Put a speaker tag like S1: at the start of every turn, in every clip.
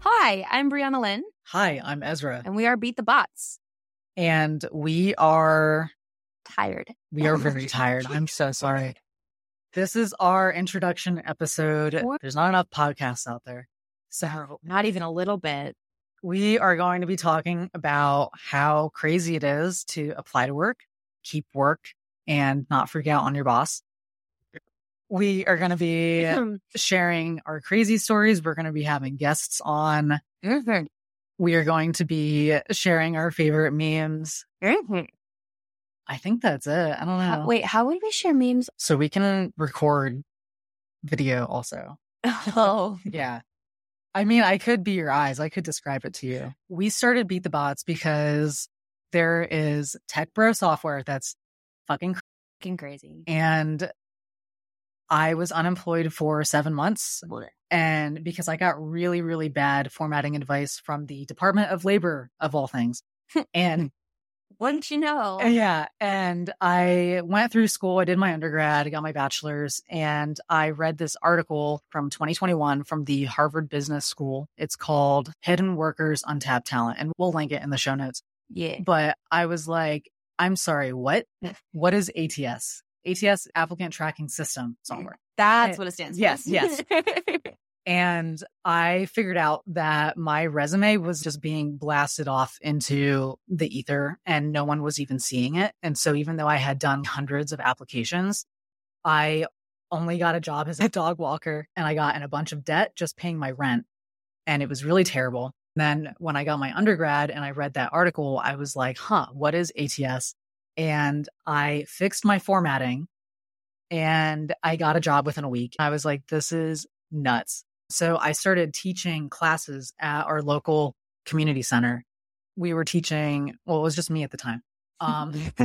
S1: Hi, I'm Brianna Lynn,
S2: Hi, I'm Ezra,
S1: and we are Beat the Bots.
S2: and we are
S1: Tired.
S2: we are very tired. I'm so sorry. This is our introduction episode.
S1: What?
S2: There's not enough podcasts out there, so
S1: Not even a little bit.
S2: we are going to be talking about how crazy it is to apply to work, keep work, and not freak out on your boss. We are going to be sharing our crazy stories. We're going to be having guests on. Mm-hmm.
S1: Mhm.
S2: We are going to be sharing our favorite memes.
S1: Mhm.
S2: I think that's it. I don't know.
S1: How- wait, how would we share memes?
S2: So we can record video also.
S1: Oh,
S2: Yeah. I mean, I could be your eyes. I could describe it to you. We started Beat the Bots because there is tech bro software that's fucking cr-
S1: fucking crazy.
S2: and I was unemployed for seven months.
S1: Blech.
S2: And because I got really, really bad formatting advice from the Department of Labor, of all things. and
S1: Wouldn't you know?
S2: Uh, Yeah. And I went through school. I did my undergrad, I got my bachelor's, and I read this article from 2021 from the Harvard Business School. It's called Hidden Workers Untapped Talent. And we'll link it in the show notes.
S1: Yeah.
S2: But I was like, I'm sorry, what? What is ATS? ATS applicant tracking system software.
S1: That's what it stands for.
S2: Yes, yes. And I figured out that my resume was just being blasted off into the ether and no one was even seeing it. And so even though I had done hundreds of applications, I only got a job as a dog walker and I got in a bunch of debt just paying my rent. And it was really terrible. Then when I got my undergrad and I read that article, I was like, huh, what is ATS? And I fixed my formatting and I got a job within a week. I was like, this is nuts. So I started teaching classes at our local community center. We were teaching, well, it was just me at the time. Um,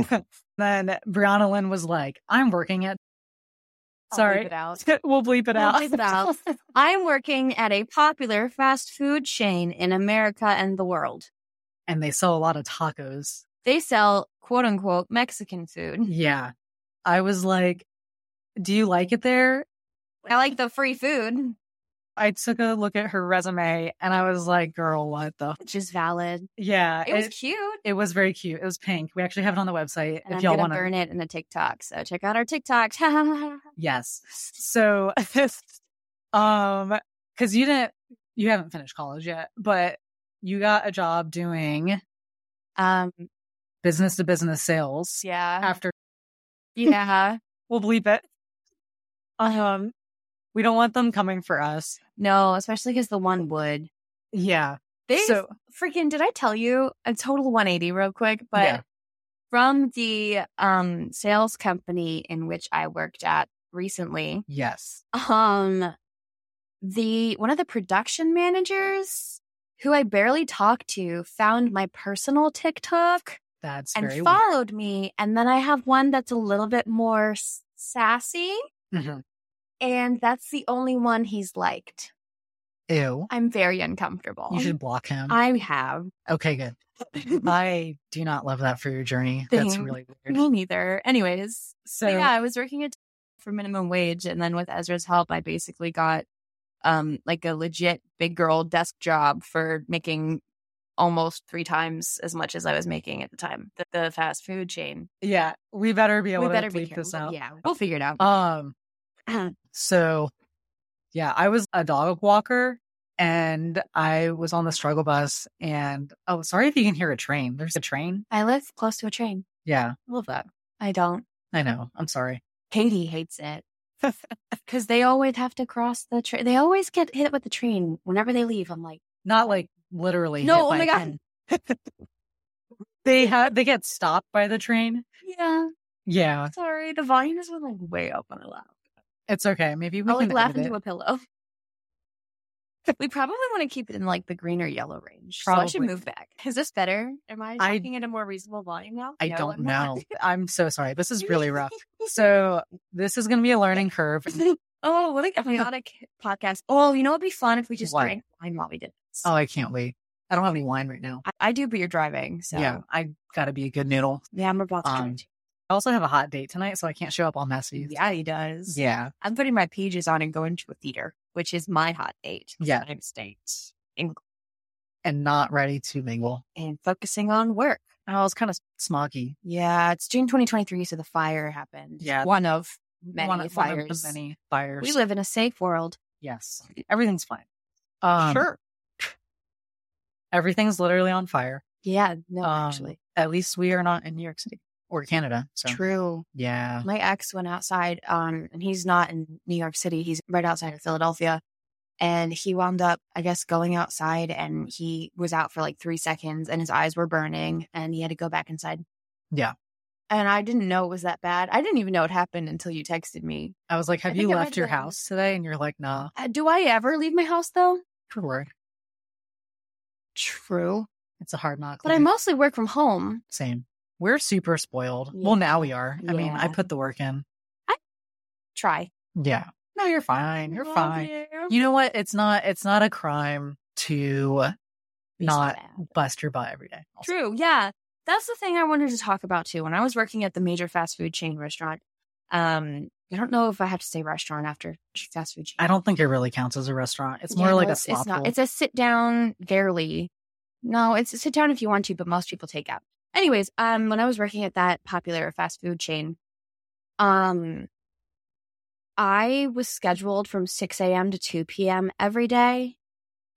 S2: then Brianna Lynn was like, I'm working at,
S1: I'll leave
S2: sorry,
S1: it out.
S2: we'll bleep it
S1: We'll
S2: out.
S1: bleep it out. I'm working at a popular fast food chain in America and the world.
S2: and they sell a lot of tacos.
S1: They sell quote unquote Mexican food.
S2: Yeah. I was like, do you like it there?
S1: I like the free food,
S2: I took a look at her resume and I was like, girl, what the? F-?
S1: which is valid.
S2: Yeah.
S1: It was
S2: it,
S1: cute.
S2: it was very cute. It was pink. We actually have it on the website
S1: And
S2: if
S1: I'm
S2: y'all
S1: gonna
S2: want to.
S1: burn it in a TikTok. So check out our TikToks.
S2: Yes. So, um, because you didn't, you haven't finished college yet, but you got a job doing
S1: um,
S2: business to business sales
S1: yeah,
S2: after
S1: yeah.
S2: we'll bleep it. Um, we don't want them coming for us.
S1: No, especially because the one would.
S2: Yeah.
S1: They
S2: so
S1: freaking did I tell you a total 180 real quick, but
S2: Yeah.
S1: from the um sales company in which I worked at recently,
S2: yes,
S1: um the one of the production managers who I barely talked to found my personal TikTok
S2: that's
S1: and
S2: very weird.
S1: followed me. And then I have one that's a little bit more s- sassy,
S2: Mhm.
S1: and that's the only one he's liked.
S2: Ew.
S1: I'm very uncomfortable.
S2: You should block him.
S1: I have.
S2: okay, good. I do not love that for your journey. That's
S1: Thanks.
S2: really weird.
S1: Me neither. Anyways,
S2: So
S1: but yeah, I was working at for minimum wage, and then with Ezra's help, I basically got um like a legit big girl desk job for making almost three times as much as I was making at the time. The, the fast food chain.
S2: yeah, we better be able
S1: we
S2: to
S1: better be
S2: bleep
S1: careful.
S2: this out.
S1: Yeah, we'll figure it out.
S2: Um, So, yeah, I was a dog walker and I was on the struggle bus. And oh, sorry if you can hear a train. There's a train.
S1: I live close to a train.
S2: Yeah,
S1: Love that. I don't.
S2: I know. I'm sorry.
S1: Katie hates it because they always have to cross the train. They always get hit with the train whenever they leave. I'm like,
S2: Not like literally.
S1: No,
S2: hit
S1: oh
S2: by
S1: my
S2: a
S1: God.
S2: pin. they have they get stopped by the train.
S1: yeah,
S2: Yeah,
S1: sorry. The volume is like way up on a loud.
S2: it's okay. Maybe we
S1: I'll
S2: can
S1: like laugh
S2: edit
S1: into
S2: it.
S1: a pillow. we probably want to keep it in like the green or yellow range. So I should
S2: Probably.
S1: move back. Is this better? Am I
S2: I-
S1: talking at a more reasonable volume now?
S2: I
S1: No,
S2: don't
S1: I'm not.
S2: know. I'm so sorry. This is really rough. So this is going to be a learning curve.
S1: oh, what a chaotic podcast. Oh, you know it'd be fun if we just
S2: What?
S1: drank wine while we did this.
S2: Oh, I can't wait. I don't have any wine right now.
S1: I, I do, but you're driving, so
S2: Yeah,
S1: yeah,
S2: I got to be a good noodle.
S1: I'm about to.
S2: Um,
S1: drive.
S2: I also have a hot date tonight, so I can't show up all messy.
S1: yeah, he does.
S2: Yeah.
S1: I'm putting my pages on and going to a theater, which is my hot date.
S2: Yeah.
S1: I'm state. In-
S2: and not ready to mingle.
S1: and focusing on work.
S2: I was kind of smoggy.
S1: Yeah, it's June 2023, so the fire happened.
S2: Yeah.
S1: One of many
S2: One of- one of the
S1: fires.
S2: many fires.
S1: We live in a safe world.
S2: Yes. Everything's fine. Um,
S1: Sure.
S2: Everything's literally on fire.
S1: Yeah, no,
S2: Um,
S1: actually.
S2: At least we are not in New York City or Canada. So,
S1: True.
S2: yeah.
S1: My ex went outside, um, and he's not in New York City. He's right outside of Philadelphia. And he wound up, I guess, going outside and he was out for like three seconds and his eyes were burning and he had to go back inside.
S2: Yeah.
S1: And I didn't know it was that bad. I didn't even know it happened until you texted me.
S2: I was like,
S1: I
S2: have you
S1: think I
S2: left
S1: read
S2: your
S1: that.
S2: house today? And you're like, nah,
S1: Uh, do I ever leave my house though?
S2: for work.
S1: True.
S2: It's a hard knock.
S1: But I
S2: life.
S1: mostly work from home.
S2: Same. We're super spoiled. Well, now we are. I mean, I
S1: Yeah.
S2: put the work in.
S1: Try.
S2: Yeah. No, you're fine. You're fine. You know what? It's not. It's not a crime to not bust your butt every day. also.
S1: True. Yeah. That's the thing I wanted to talk about too. When I was working at the major fast food chain restaurant, um, I don't know if I have to say restaurant after fast food chain.
S2: I don't think it really counts as a restaurant. It's
S1: Yeah,
S2: more
S1: no,
S2: like a
S1: it's,
S2: slop
S1: it's not.
S2: bowl.
S1: It's a sit down, barely. No, it's a sit down if you want to, but most people take out. Anyways, um, when I was working at that popular fast food chain, um, I was scheduled from six a.m. to two p.m. every day,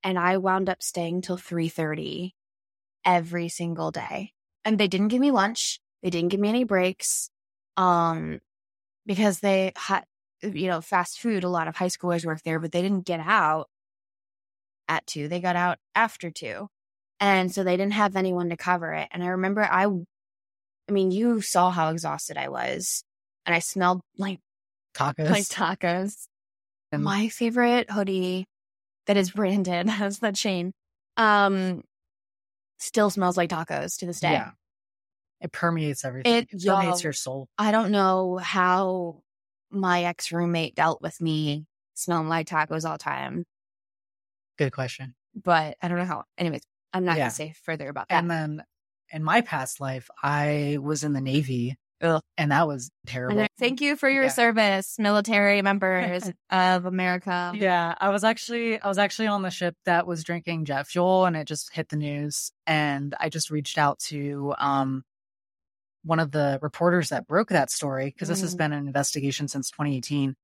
S1: and I wound up staying till three thirty every single day. And they didn't give me lunch. They didn't give me any breaks, um, because they had, you know, fast food. A lot of high schoolers work there, but they didn't get out at two. They got out after two. And so they didn't have anyone to cover it. And I remember I, I mean, you saw how exhausted I was. And I smelled like,
S2: tacos.
S1: like tacos.
S2: and-
S1: My favorite hoodie that is branded as the chain um, still smells like tacos to this day.
S2: yeah. It permeates everything. It,
S1: It-
S2: permeates
S1: y'all-
S2: your soul.
S1: I don't know how my ex roommate dealt with me smelling like tacos all the time,
S2: Good question.
S1: but I don't know how. Anyways, I'm not
S2: Yeah.
S1: going to say further about that.
S2: And then in my past life, I was in the Navy,
S1: Ugh.
S2: and that was
S1: And
S2: terrible.
S1: I- Thank you for your
S2: Yeah.
S1: service, military members of America.
S2: Yeah, I was actually I was actually on the ship that was drinking jet fuel and it just hit the news and I just reached out to um one of the reporters that broke that story because this has
S1: Mm.
S2: been an investigation since 2018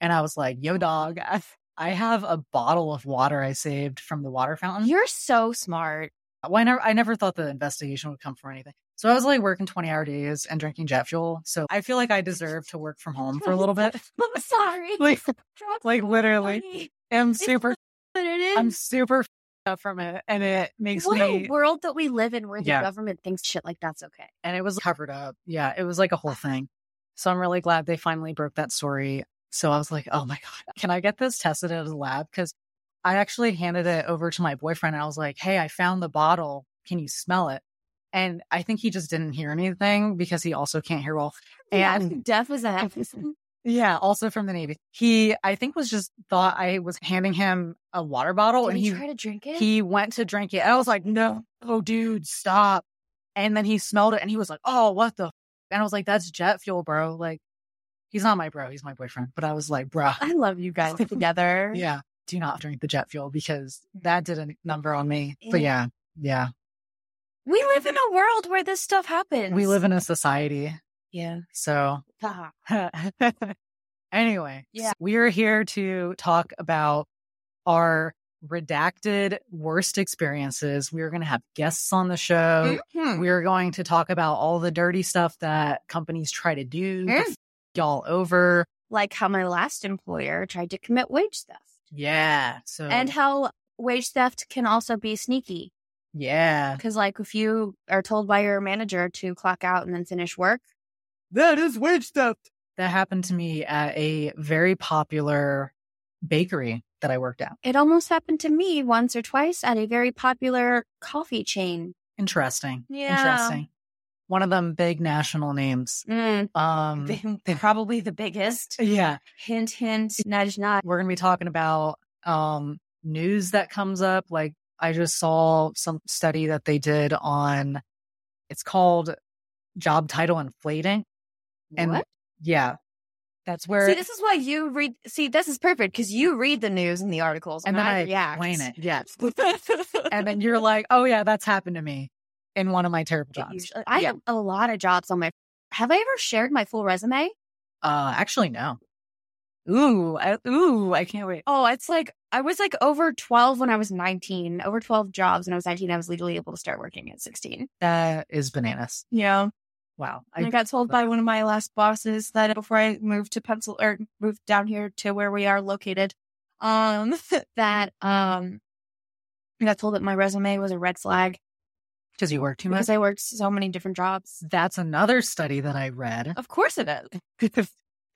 S2: and I was like, "Yo dog, I, I have a bottle of water I saved from the water fountain."
S1: You're so smart.
S2: well, I never, I never thought the investigation would come from anything. So I was like working 20 hour days and drinking jet fuel. So I feel like I deserve to work from home for a little bit.
S1: I'm sorry.
S2: like,
S1: That's
S2: like literally,
S1: funny,
S2: I'm super,
S1: But it
S2: I'm
S1: is.
S2: super f***ed up from it. And it makes
S1: What
S2: me,
S1: a world that we live in where the
S2: Yeah.
S1: government thinks shit like that's okay.
S2: and it was covered up. Yeah. It was like a whole thing. So I'm really glad they finally broke that story. So I was like, oh my God, can I get this tested at a lab? Cause I actually handed it over to my boyfriend. And I was like, hey, I found the bottle. Can you smell it? And I think he just didn't hear anything because he also can't hear well. And
S1: yeah, death was that.
S2: yeah, also from the Navy. He, I think, was just thought I was handing him a water bottle
S1: Did
S2: and
S1: Oh, he,
S2: he
S1: try to drink it?
S2: he went to drink it. And I was like, no, oh, dude, stop. And then he smelled it and he was like, oh, what the? F-? And I was like, that's jet fuel, bro. Like, he's not my bro. He's my boyfriend. But I was like, bruh,
S1: I love you guys together.
S2: yeah, do not drink the jet fuel because that did a number on me. But yeah, yeah,
S1: We live in a world where this stuff happens.
S2: we live in a society.
S1: Yeah.
S2: So
S1: Haha.
S2: anyway,
S1: Yeah.
S2: we're here to talk about our redacted worst experiences. We're going to have guests on the show.
S1: Mhm.
S2: We're going to talk about all the dirty stuff that companies try to do, to
S1: Mm.
S2: f- y'all over.
S1: Like how my last employer tried to commit wage theft
S2: Yeah. So,
S1: and how wage theft can also be sneaky.
S2: yeah.
S1: Because, like, if you are told by your manager to clock out and then finish work,
S2: That is witch stuff. That happened to me at a very popular bakery that I worked at.
S1: it almost happened to me once or twice at a very popular coffee chain.
S2: Interesting.
S1: Yeah.
S2: Interesting. One of them big national names.
S1: Mm,
S2: Um,
S1: they- probably the biggest.
S2: yeah,
S1: Hint, hint, nudge, nudge.
S2: we're gonna be talking about um news that comes up. Like I just saw some study that they did on. It's called job title inflating, and
S1: What?
S2: yeah, That's where
S1: See, this is why you read. See, this is perfect because you read the news and the articles,
S2: and
S1: and,
S2: then I
S1: react.
S2: explain it. Yes. and then you're like, oh yeah, that's happened to me in one of my terrible
S1: It
S2: jobs.
S1: usually- I
S2: Yeah.
S1: have a lot of jobs on my. Have I ever shared my full resume?
S2: Uh, actually, no. Ooh, I, ooh, I can't wait.
S1: Oh, it's like I was like over twelve when I was nineteen. Over twelve jobs when I was nineteen. I was legally able to start working at sixteen.
S2: That is bananas.
S1: Yeah,
S2: Wow.
S1: And I,
S2: I,
S1: got told by one of my last bosses that before I moved to Pencil or moved down here to where we are located, um, that um, I got told that my resume was a red flag
S2: because you work too much.
S1: because I worked so many different jobs.
S2: That's another study that I read.
S1: Of course it is.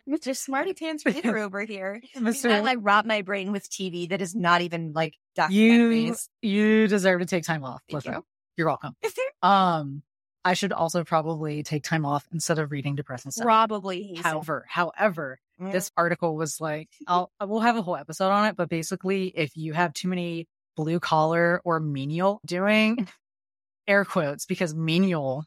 S1: It's just smarty pants reader over here.
S2: Mr.
S1: I like rob my brain with TV that is not even like
S2: you,
S1: documentaries.
S2: you deserve to take time off.
S1: Thank
S2: Listen,
S1: you.
S2: You're welcome.
S1: Is there
S2: Um, I should also probably take time off instead of reading depressing stuff.
S1: probably he's-
S2: However, however,
S1: Mm.
S2: this article was like, I'll we'll have a whole episode on it, but basically, if you have too many blue collar or menial doing air quotes because menial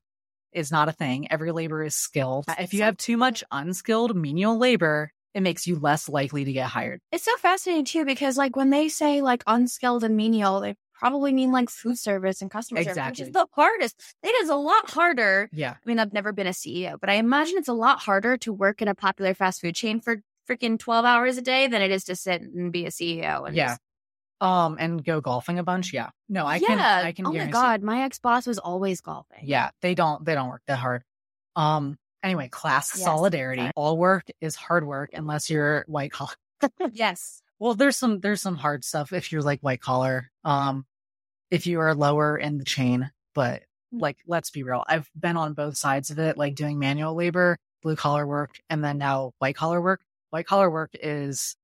S2: is not a thing. Every labor is skilled.
S1: That's
S2: If you
S1: so-
S2: have too much unskilled menial labor, it makes you less likely to get hired.
S1: It's so fascinating too because like when they say like unskilled and menial, they probably mean like food service and customer service, which
S2: Exactly.
S1: is the hardest. It is a lot harder.
S2: Yeah.
S1: I mean, I've never been a CEO, but I imagine it's a lot harder to work in a popular fast food chain for freaking twelve hours a day than it is to sit and be a CEO. And
S2: Yeah.
S1: just-
S2: Um, and go golfing a bunch. Yeah. No, I can
S1: Yeah.
S2: I can
S1: oh my
S2: guarantee-
S1: god, my ex boss was always golfing.
S2: Yeah, they don't they don't work that hard. Um anyway, class
S1: Yes,
S2: solidarity.
S1: exactly.
S2: All work is hard work unless you're white collar.
S1: yes.
S2: Well, there's some there's some hard stuff if you're like white collar. Um if you are lower in the chain, but
S1: Mm.
S2: like let's be real. I've been on both sides of it, like doing manual labor, blue collar work, and then now white collar work. White collar work is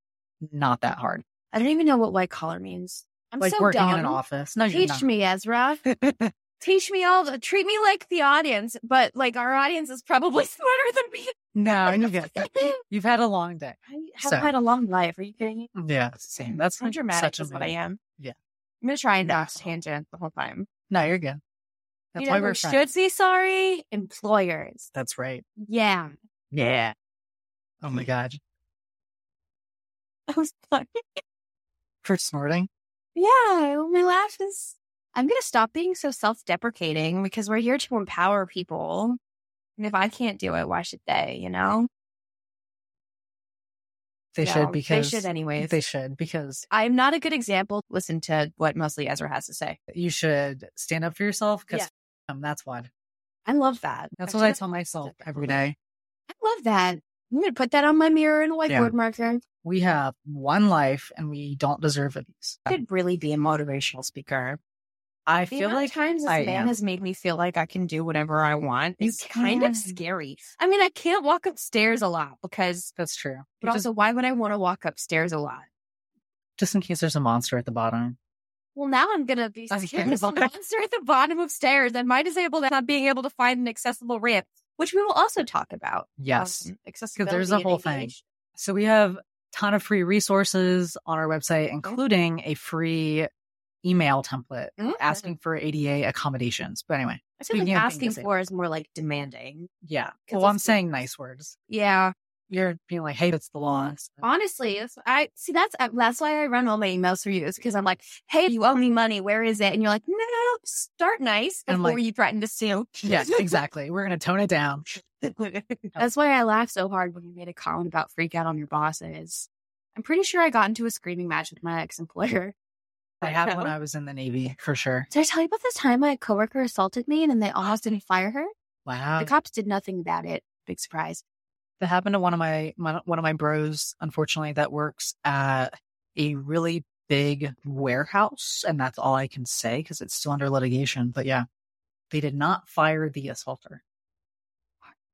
S2: not that hard.
S1: I don't even know what white collar means. I'm
S2: like
S1: so
S2: working
S1: dumb.
S2: in an office. No, you're
S1: Teach
S2: not.
S1: me, Ezra. Teach me all. The, treat me like the audience, but like our audience is probably smarter than me.
S2: no, you're good.
S1: I
S2: You've had a long day.
S1: have
S2: So-
S1: had a long life. Are you kidding me?
S2: Yeah, same. That's
S1: I'm
S2: like
S1: dramatic
S2: Such a
S1: is what I
S2: mood.
S1: am.
S2: Yeah.
S1: I'm gonna try and
S2: No.
S1: not tangent the whole time.
S2: No, you're good. That's
S1: you
S2: why
S1: know
S2: we're
S1: who
S2: friends.
S1: should say sorry? Employers.
S2: That's right.
S1: Yeah.
S2: Yeah. Oh my god.
S1: I was like,
S2: For snorting.
S1: yeah, my lashes. I'm gonna stop being so self-deprecating because we're here to empower people. And if I can't do it, why should they? You know,
S2: They
S1: No,
S2: should because
S1: they should anyways.
S2: They should because
S1: I'm not a good example. Listen to what mostly Ezra has to say.
S2: you should stand up for yourself because
S1: Yeah.
S2: um, that's what.
S1: I love that.
S2: That's what I
S1: Actually,
S2: tell myself every day.
S1: I love that. I'm gonna put that on my mirror and whiteboard
S2: Yeah.
S1: marker.
S2: We have one life and we don't deserve it.
S1: I could really be a motivational speaker.
S2: I
S1: The
S2: feel
S1: amount of
S2: like
S1: times this
S2: I
S1: man
S2: am.
S1: has made me feel like I can do whatever I want
S2: You
S1: is kind of
S2: can.
S1: scary. I mean, I can't walk upstairs a lot because,
S2: that's true.
S1: but
S2: just,
S1: also, why would I want to walk upstairs a lot?
S2: just in case there's a monster at the bottom.
S1: Well, now I'm gonna be
S2: Okay.
S1: scared as a monster at the bottom of stairs and my disabled not being able to find an accessible ramp, which we will also talk about.
S2: Yes.
S1: um,
S2: a
S1: accessibility. and
S2: whole thing.
S1: ADHD.
S2: So we have a ton of free resources on our website, including a free email template
S1: Mhm.
S2: asking for ADA accommodations. But anyway,
S1: I feel like
S2: Speaking of
S1: asking
S2: things that-
S1: for is more like demanding.
S2: yeah.
S1: 'Cause
S2: Well, I'm
S1: it's-
S2: saying nice words.
S1: Yeah.
S2: You're being like, hey, that's the law.
S1: Honestly, that's- I see. That's uh, that's why I run all my emails through you is because I'm like, "Hey, you owe me money. Where is it?" And you're like, "No, start nice
S2: And I'm
S1: before
S2: like-
S1: you threaten to sue."
S2: Yeah, exactly. We're going to tone it down.
S1: That's why I laughed so hard when you made a comment about freak out on your bosses. I'm pretty sure I got into a screaming match with my ex employer.
S2: I had when I was in the Navy for sure.
S1: Did I tell you about this time my coworker assaulted me and then they almost didn't fire her?
S2: Wow.
S1: The cops did nothing about it. Big surprise.
S2: That happened to one of my, my one of my bros, unfortunately, that works at a really big warehouse. And that's all I can say because it's still under litigation. But yeah, they did not fire the assaulter.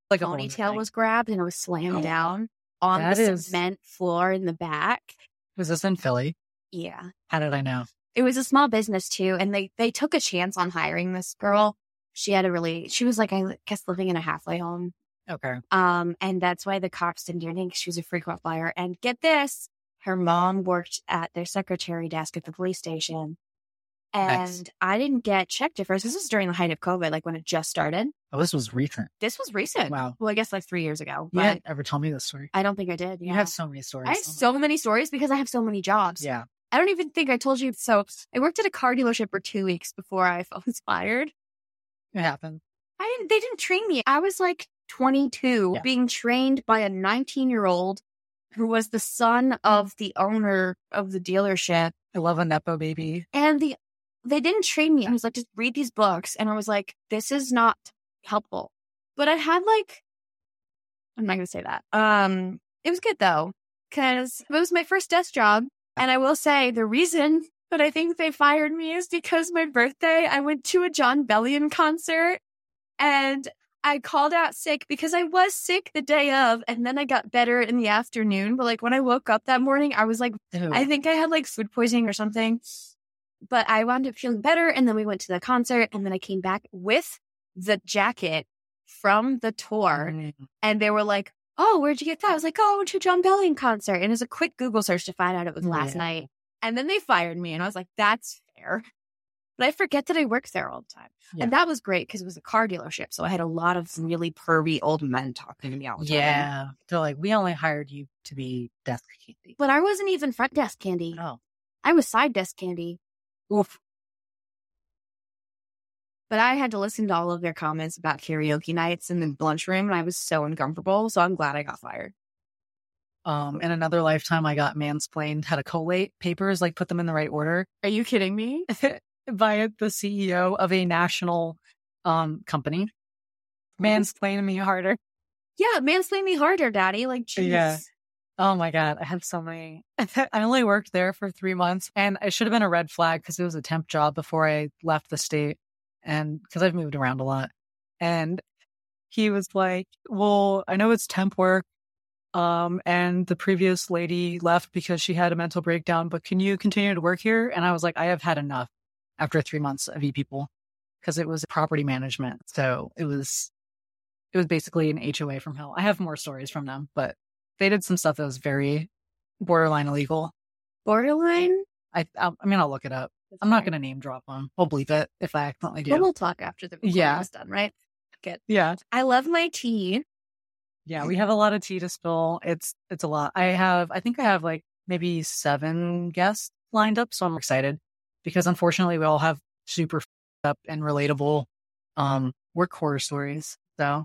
S2: Like oh, a whole
S1: Ponytail
S2: thing.
S1: was grabbed and it was slammed down on
S2: That
S1: the
S2: is-
S1: cement floor in the back.
S2: was this in Philly?
S1: Yeah.
S2: How did I know?
S1: it was a small business too and they they took a chance on hiring this girl she had a really she was like i guess living in a halfway home
S2: Okay.
S1: um and that's why the cops didn't do anything 'cause she was a frequent flyer and get this her mom worked at their secretary desk at the police station And
S2: Nice.
S1: I didn't get checked at first. This was during the height of COVID, like when it just started.
S2: Oh, this was recent.
S1: This was recent.
S2: Wow.
S1: Well, I guess like three years ago,
S2: You
S1: but
S2: hadn't ever told me this story.
S1: I don't think I did.
S2: You
S1: yeah.
S2: have so many stories.
S1: I have
S2: Oh my-
S1: so many stories because I have so many jobs.
S2: Yeah.
S1: I don't even think I told you. So I worked at a car dealership for two weeks before I was fired.
S2: It happened.
S1: I didn't, they didn't train me. I was like 22
S2: Yeah.
S1: being trained by a 19 year old who was the son of the owner of the dealership.
S2: I love a Nepo baby.
S1: And the, they didn't train me. I was like, just read these books. And I was like, this is not helpful. But I had like, I'm not going to say that. Um, it was good though, because it was my first desk job. And I will say the reason that I think they fired me is because my birthday, I went to a John Bellion concert and I called out sick because I was sick the day of. And then I got better in the afternoon. But like when I woke up that morning, I was like,
S2: Ew.
S1: I think I had like food poisoning or something, but I wound up feeling better. And then we went to the concert, and then I came back with the jacket from the tour.
S2: Mm.
S1: And they were like, Oh, where'd you get that? I was like, Oh, I went to a John Bellion concert. And it was a quick Google search to find out it was last
S2: Yeah.
S1: night. And then they fired me, and I was like, That's fair. But I forget that I worked there all the time.
S2: Yeah.
S1: And that was great because it was a car dealership. So I had a lot of really pervy old men talking to me all the time.
S2: Yeah. They're like, we only hired you to be death candy.
S1: But I wasn't even front desk candy.
S2: No.
S1: I was side desk candy. Oof. But I had to listen to all of their comments about karaoke nights in the lunchroom, and I was so uncomfortable. So I'm glad I got fired.
S2: Um, in another lifetime, I got mansplained how to collate papers, like put them in the right order
S1: Are you kidding me?
S2: by the CEO of a national um, company. Mansplaining me harder.
S1: Yeah, manslay me harder, daddy. Like, jeez.
S2: Yeah. Oh my God. I had so many. I only worked there for three months and it should have been a red flag because it was a temp job before I left the state. And because I've moved around a lot. And he was like, Well, I know it's temp work. Um, and the previous lady left because she had a mental breakdown, but can you continue to work here? And I was like, I have had enough after three months of e people because it was property management. So it was, it was basically an HOA from hell. I have more stories from them, but they did some stuff that was very borderline illegal.
S1: Borderline.
S2: I I, I mean, I'll look it up. I'm not going to name drop them. I'll bleep it if I accidentally do.
S1: But we'll talk after the recording
S2: Yeah.
S1: is done, right?
S2: Yeah,
S1: I love my tea.
S2: yeah. We have a lot of tea to spill. It's it's a lot. I have. I think I have like maybe seven guests lined up, so I'm excited because unfortunately we all have super f- up and relatable um work horror stories. So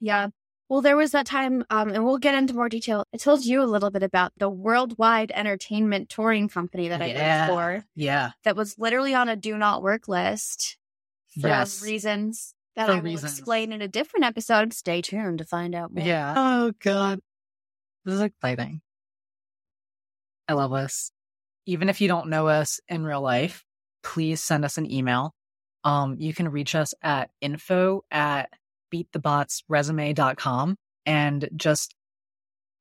S1: Yeah. Well, there was that time, um, and we'll get into more detail. I told you a little bit about the worldwide entertainment touring company that I
S2: Yeah.
S1: worked for.
S2: yeah,
S1: that was literally on a do not work list for
S2: Yes.
S1: reasons that
S2: For
S1: I will
S2: reasons.
S1: explain in a different episode. Stay tuned to find out more.
S2: yeah. Oh god, this is exciting. I love us. Even if you don't know us in real life, please send us an email. Um, you can reach us at info at beatthebotsresume.com and just,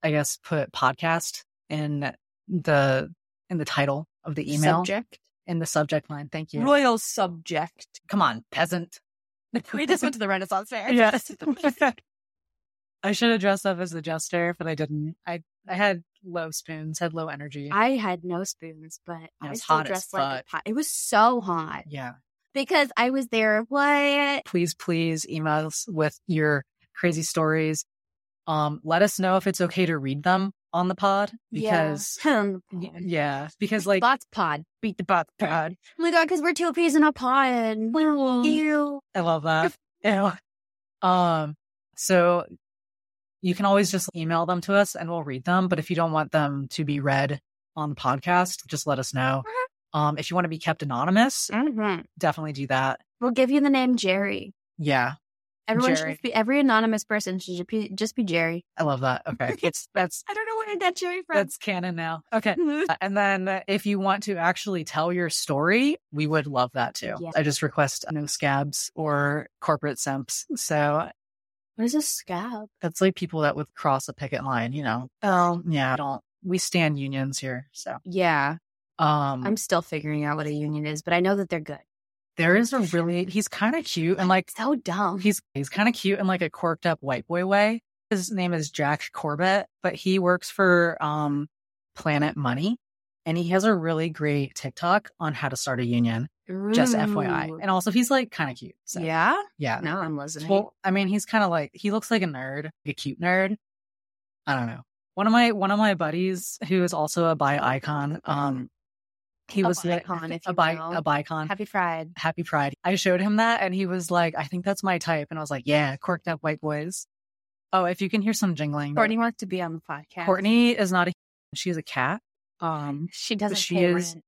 S2: I guess, put podcast in the in the title of the email
S1: Subject.
S2: in the subject line. Thank you.
S1: Royal subject.
S2: Come on, peasant.
S1: We just went to the Renaissance Fair.
S2: Yes. I should have dressed up as the jester, but I didn't. I I had low spoons, had low energy.
S1: I had no spoons, but I
S2: was
S1: was still
S2: hot as
S1: dressed like a pot. It was so hot
S2: yeah.
S1: because I was there. What?
S2: Please, please email us with your crazy stories. Um, let us know if it's okay to read them on the pod because
S1: yeah, Hmm.
S2: yeah, because like
S1: bots pod.
S2: beat the bot pod.
S1: Oh my god, because we're two peas in a pod.
S2: Mm.
S1: Ew.
S2: I love that. Ew. Um, so you can always just email them to us and we'll read them. But if you don't want them to be read on the podcast, just let us know. Um, if you want to be kept anonymous,
S1: Mhm.
S2: definitely do that.
S1: We'll give you the name Jerry.
S2: Yeah,
S1: Everyone
S2: Jerry.
S1: should just be every anonymous person should just be, just be Jerry.
S2: I love that. Okay, it's that's
S1: I don't know where I got Jerry from.
S2: that's canon now. Okay, Uh, and then if you want to actually tell your story, we would love that too.
S1: Yeah.
S2: I just request no scabs or corporate simps. So
S1: what is a scab?
S2: that's like people that would cross a picket line. You know,
S1: Oh,
S2: yeah, I don't we stand unions here? So
S1: yeah.
S2: um,
S1: I'm still figuring out what a union is, but I know that they're good.
S2: there is a really he's kind of cute and like
S1: So dumb.
S2: He's he's kind of cute in like a corked up white boy way. His name is Jack Corbett, but he works for um Planet Money And he has a really great TikTok on how to start a union, just FYI. And also, he's like kind of cute. So,
S1: yeah.
S2: Yeah.
S1: No, I'm listening.
S2: Well, I mean, he's kind of like, he looks like a nerd, like a cute nerd. I don't know. One of my, one of my buddies who is also a bi icon, um, he
S1: A
S2: was like-
S1: bicon, if
S2: a
S1: you
S2: bi,
S1: will.
S2: a bicon.
S1: Happy Fried.
S2: Happy Pride. I showed him that and he was like, I think that's my type. And I was like, yeah, corked up white boys. Oh, if you can hear some jingling. that-
S1: Courtney wants to be on the podcast.
S2: Courtney is not a, she is a cat. Um,
S1: She doesn't.
S2: she
S1: pay
S2: is-
S1: rent.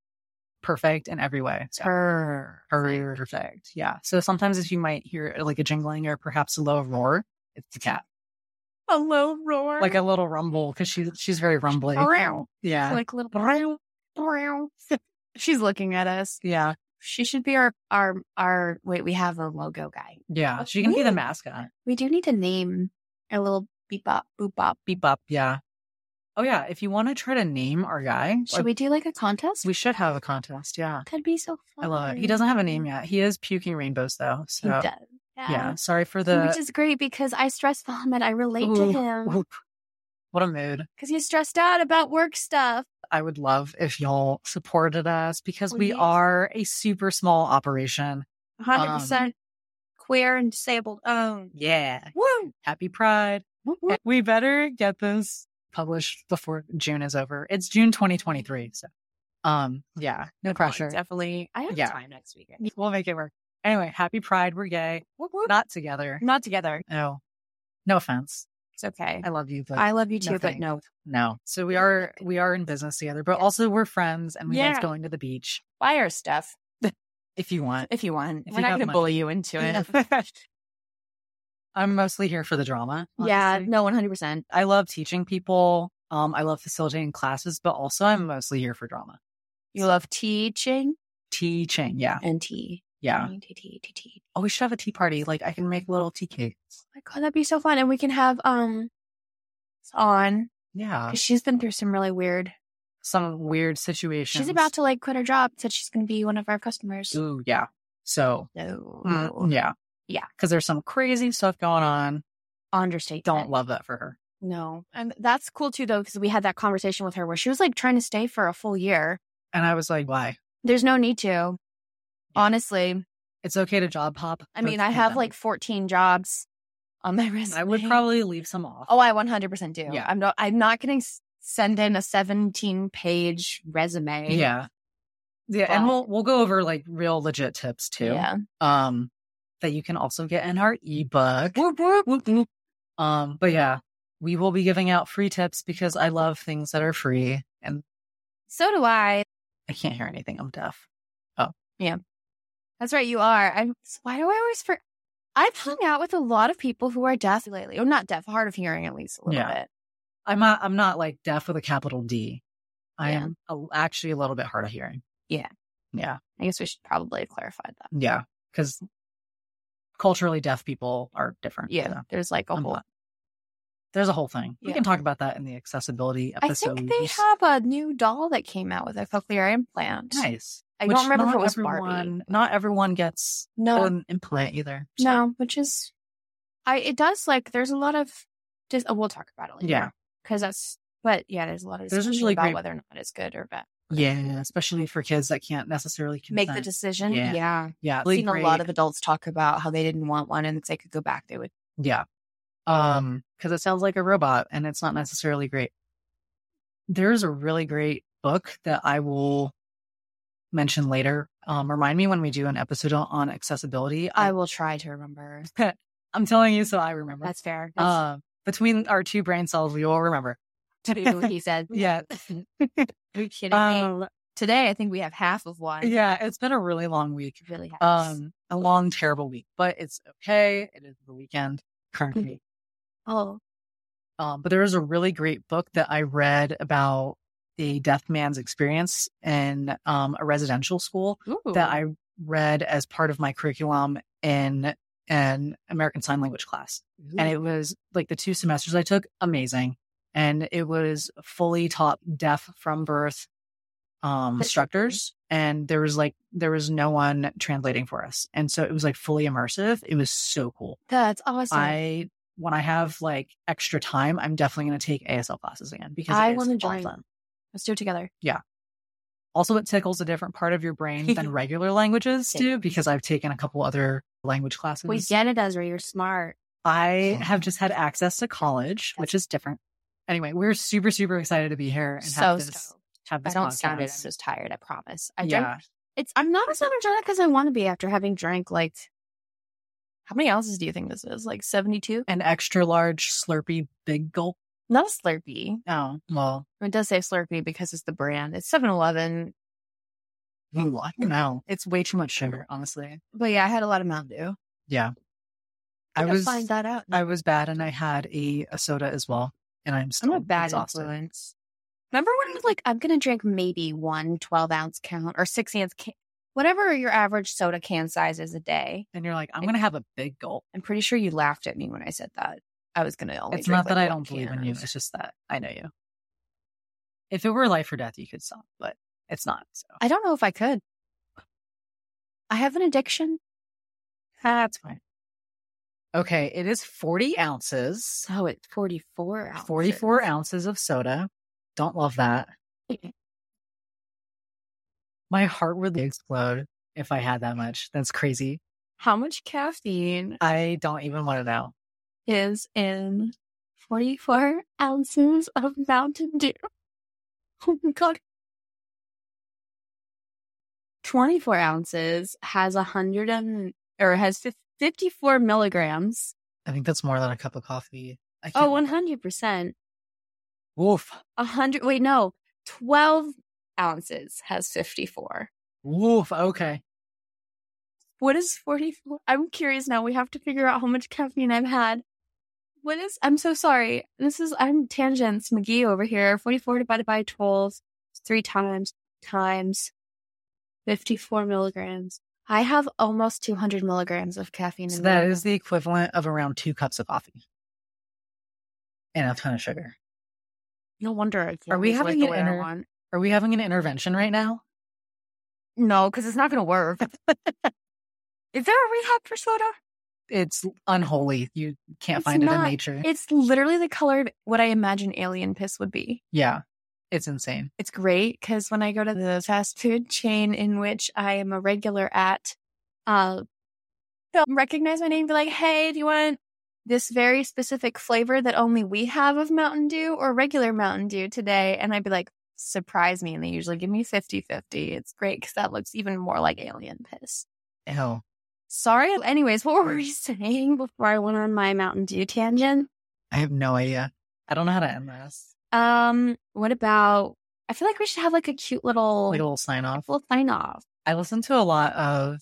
S2: perfect in every way.
S1: It's
S2: So
S1: her.
S2: her perfect. Yeah. So sometimes if you might hear like a jingling or perhaps a low roar, it's the cat,
S1: A low roar.
S2: like a little rumble because she's, she's very rumbly.
S1: Meow.
S2: Yeah.
S1: like little. meow. She's looking at us.
S2: yeah.
S1: She should be our our our. Wait, we have a logo guy.
S2: Yeah. She can be the
S1: Ooh.
S2: mascot.
S1: We do need to name a little beep bop boop bop.
S2: Beep up. Yeah. Oh, yeah. If you want to try to name our guy,
S1: Should we do like a contest?
S2: we should have a contest. Yeah.
S1: That'd be so fun.
S2: I love it. He doesn't have a name yet. He is puking rainbows though.
S1: He
S2: So
S1: does.
S2: yeah. sorry for the
S1: Which is great because I stress vomit. I relate
S2: Ooh,
S1: to him
S2: ooh, what a mood.
S1: because he's stressed out about work stuff.
S2: I would love if y'all supported us because we
S1: Please.
S2: are a super small operation.
S1: 100% queer and disabled Um. owned.
S2: Yeah.
S1: Woo!
S2: Happy Pride.
S1: Woo, woo.
S2: We better get this published before June is over. It's June 2023. So um yeah, no pressure.
S1: Definitely. I have
S2: Yeah.
S1: time next week.
S2: We'll make it work. Anyway, happy Pride. We're gay. Not together.
S1: Not together.
S2: No. No offense.
S1: It's okay.
S2: I love you, but
S1: I love you too, but
S2: Nothing.
S1: no.
S2: No. So we
S1: Yeah.
S2: are we are in business together, but
S1: Yeah.
S2: also we're friends and we
S1: Yeah.
S2: like going to the beach
S1: Buy our stuff
S2: if you want.
S1: if you want.
S2: If
S1: We're
S2: you
S1: not going
S2: have
S1: to
S2: money.
S1: bully you into it.
S2: I'm mostly here for the drama.
S1: yeah,
S2: honestly.
S1: no, 100%.
S2: I love teaching people. Um, I love facilitating classes, but also I'm mostly here for drama.
S1: You love teaching
S2: Teaching. Yeah.
S1: and tea.
S2: Yeah.
S1: Tea, tea, tea, tea.
S2: Oh, we should have a tea party. Like I can make little tea cakes.
S1: my god, that'd be so fun. And we can have um on
S2: Yeah.
S1: because she's been through some really weird.
S2: Some weird situations.
S1: She's about to like quit her job. Said she's going to be one of our customers.
S2: Ooh, yeah. So
S1: So
S2: mm, yeah.
S1: Yeah.
S2: Cause there's some crazy stuff going on.
S1: understatement.
S2: Don't love that for her.
S1: no, and that's cool too though because we had that conversation with her where she was like trying to stay for a full year.
S2: And I was like, why?
S1: There's no need to. Honestly,
S2: It's okay to job hop.
S1: I mean, I have like 14 jobs on my resume.
S2: I would probably leave some off.
S1: Oh, I 100% do.
S2: Yeah.
S1: I'm not. I'm not going to send in a 17 page resume.
S2: yeah, yeah, and
S1: But-
S2: we'll we'll go over like real legit tips too.
S1: Yeah.
S2: Um, that you can also get in our ebook. Um, but yeah, we will be giving out free tips because I love things that are free, and
S1: So do I.
S2: I can't hear anything. I'm deaf.
S1: That's right, you are. I'm. Why do I always for? I've hung out with a lot of people who are deaf lately, or not deaf, hard of hearing at least a little
S2: Yeah.
S1: bit.
S2: I'm not. I'm not like deaf with a capital D. I
S1: Yeah.
S2: am a, actually a little bit hard of hearing.
S1: Yeah.
S2: Yeah.
S1: I guess we should probably clarify that.
S2: Yeah. Because culturally deaf people are different.
S1: Yeah,
S2: so.
S1: there's like a
S2: I'm
S1: whole.
S2: not- There's a whole thing. We
S1: Yeah.
S2: can talk about that in the accessibility
S1: I
S2: episode.
S1: think they have a new doll that came out with a cochlear implant.
S2: nice.
S1: I
S2: Which
S1: don't remember if
S2: not
S1: it was Barbie.
S2: everyone, Not everyone gets
S1: No,
S2: an implant either. So,
S1: no, which is, I it does like there's a lot of just oh, we'll talk about it later.
S2: Yeah.
S1: because that's but yeah, there's a lot of
S2: There's
S1: discussion
S2: usually
S1: about
S2: great-
S1: whether or not it's good or bad.
S2: Yeah, especially for kids that can't necessarily
S1: Make
S2: consent.
S1: the decision.
S2: Yeah.
S1: yeah.
S2: Yeah,
S1: I've seen a lot of adults talk about how they didn't want one and if they could go back, they would.
S2: Yeah. Um, because it sounds like a robot and it's not necessarily great. There's a really great book that I will mention later. Um, remind me when we do an episode on- on accessibility.
S1: I will try to remember.
S2: I'm telling you so I remember.
S1: That's fair. That's
S2: Uh, between our two brain cells, we will remember.
S1: totally what he said.
S2: Yeah.
S1: Are you kidding me?
S2: Um,
S1: Today, I think we have half of one.
S2: yeah, it's been a really long week.
S1: It really has.
S2: Um, a long, terrible week, but it's okay. It is the weekend currently.
S1: oh,
S2: Um, but there was a really great book that I read about the deaf man's experience in um, a residential school
S1: ooh.
S2: that I read as part of my curriculum in an American Sign Language class. and it was like the two semesters I took amazing, and it was fully taught deaf from birth um,
S1: That's
S2: instructors, and there was like there was no one translating for us, and so it was like fully immersive. It was so cool.
S1: That's awesome. I,
S2: I when I have like extra time, I'm definitely going to take ASL classes again because
S1: I
S2: it is
S1: wanna join.
S2: awesome.
S1: Let's do it together.
S2: Also, it tickles a different part of your brain than regular languages do because I've taken a couple other language classes.
S3: We get it, Ezra. You're smart.
S2: I have just had access to college, which is different. Anyway, we're super, super excited to be here and
S1: so
S2: have this.
S1: stoked.
S2: Have
S1: I
S2: this
S1: don't sound it. I'm
S2: podcast.
S1: just tired. I promise. I drank.
S2: yeah,
S1: It's. I'm not.
S3: I'm so energetic because I want to be after having drank like
S1: How many ounces do you think this is? Like 72.
S2: an extra large Slurpee big gulp.
S1: Not a Slurpee.
S2: Oh well,
S1: It does say Slurpee because it's the brand. It's 7-Eleven.
S2: ooh, I don't know. It's way too much sugar, honestly.
S1: But yeah, I had a lot of Mountain Dew.
S2: Yeah,
S3: I
S2: I
S3: gotta
S2: was
S3: find that out.
S2: I was bad, and I had a, a soda as well, and I'm
S1: I'm
S2: still
S1: a bad
S2: exhausted.
S1: influence.
S3: Remember when I was like, I'm going to drink maybe one 12 ounce count or six ounce can, whatever your average soda can size is a day.
S2: And you're like, I'm gonna have a big gulp.
S1: I'm pretty sure you laughed at me when I said that. I was gonna only.
S2: it's
S1: drink,
S2: not that
S1: like,
S2: I
S1: one
S2: don't believe
S1: can
S2: in you.
S1: or
S2: It's just that I know you. If it were life or death, you could stop, but it's not. So
S1: I don't know if I could.
S3: I have an addiction.
S2: that's Ah, fine. Okay, it is 40 ounces,
S3: So it's 44 ounces.
S2: 44 ounces of soda. Don't love that. My heart would explode if I had that much. That's crazy.
S1: How much caffeine
S2: I don't even want to know.
S1: is in?
S3: 44 ounces of Mountain Dew. Oh my God.
S1: 24 ounces has a hundred and or has fif- 54 milligrams.
S2: I think that's more than a cup of coffee. I
S3: Oh,
S2: can't-
S3: 100%.
S2: Woof.
S3: 100. Wait, no.
S1: 12 ounces has 54.
S2: Woof. Okay.
S1: What is 44?
S3: I'm curious now. We have to figure out how much caffeine I've had. What is, I'm so sorry. This is, I'm tangents McGee over here. 44 divided by 12, three times, times 54 milligrams. I have almost 200 milligrams of caffeine
S2: So
S3: in
S2: that
S3: me.
S2: is the equivalent of around two cups of coffee and a ton of sugar.
S3: No wonder. I can't
S2: Are we
S3: lose
S2: having
S3: weight the
S2: an
S3: way I
S2: inter-
S3: want.
S2: Are we having an intervention right now?
S1: No, because it's not going to work. is there a rehab for soda?
S2: It's unholy. You can't
S1: It's
S2: find it in
S1: not-
S2: nature.
S1: It's literally the color of what I imagine alien piss would be.
S2: yeah. It's insane.
S1: It's great because when I go to the fast food chain in which I am a regular at, uh, they'll recognize my name and be like, hey, do you want this very specific flavor that only we have of Mountain Dew or regular Mountain Dew today? And I'd be like, surprise me. And they usually give me 50 50. It's great because that looks even more like alien piss.
S2: Ew.
S1: Sorry. Anyways, what
S3: What
S1: were
S3: were
S1: we
S3: you saying before I went on my Mountain Dew tangent?
S2: I have no idea. I don't know how to end this.
S3: Um, what about? I feel like we should have like a cute little
S2: Like a little sign off.
S3: little sign off.
S2: I listen to a lot of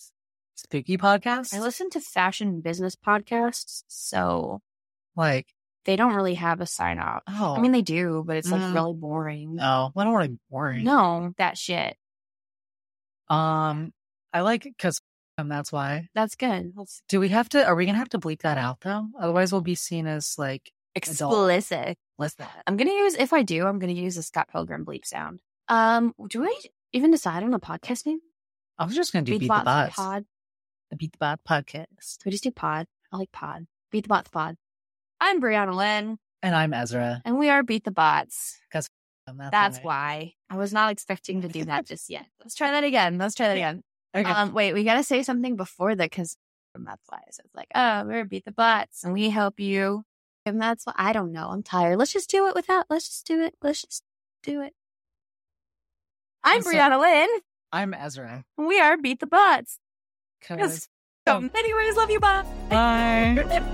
S2: spooky podcasts.
S3: I listen to fashion and business podcasts, so
S2: like,
S3: they don't really have a sign off.
S2: oh,
S1: I mean, they do, but it's like
S2: Mm.
S1: really boring.
S2: no, I don't want to be boring.
S3: No, that shit.
S2: Um, I like because that's why.
S3: That's good.
S2: Do we have to? Are we gonna have to bleep that out though? Otherwise, we'll be seen as like,
S3: Explicit.
S2: what's that?
S1: I'm going to use, if I do, I'm going to use a Scott Pilgrim bleep sound.
S3: Um, do I even decide on a podcast name?
S2: I was just gonna do
S3: Beat
S2: beat,
S3: the
S2: the
S3: Bots
S2: bots.
S3: Pod.
S2: The beat the bot podcast.
S3: Do we just do pod? I like pod. Beat the Bots Pod. I'm Brianna Lynn,
S2: And I'm Ezra.
S3: and we are Beat the Bots.
S2: And
S3: That's
S2: all right.
S3: why I was not expecting to do that just yet.
S1: Let's try that again. Let's try that again.
S2: Okay.
S1: Um, wait, we got to say something before that because that's why. So it's like, oh, we're beat the butts and we help you.
S3: And that's why I don't know. I'm tired. Let's just do it without. Let's just do it. Let's just do it.
S1: I'm
S2: I'm so-
S1: Brianna Lynn.
S2: I'm Ezra.
S1: and We are beat the butts.
S2: Cause oh.
S1: Yes. So, anyways, love you, Bob.
S2: Bye.